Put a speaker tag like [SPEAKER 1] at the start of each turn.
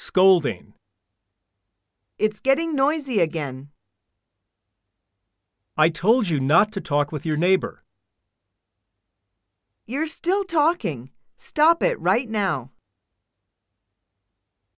[SPEAKER 1] scolding,
[SPEAKER 2] It's getting noisy again.
[SPEAKER 1] I told you not to talk with your neighbor.
[SPEAKER 2] You're still talking. Stop it right now.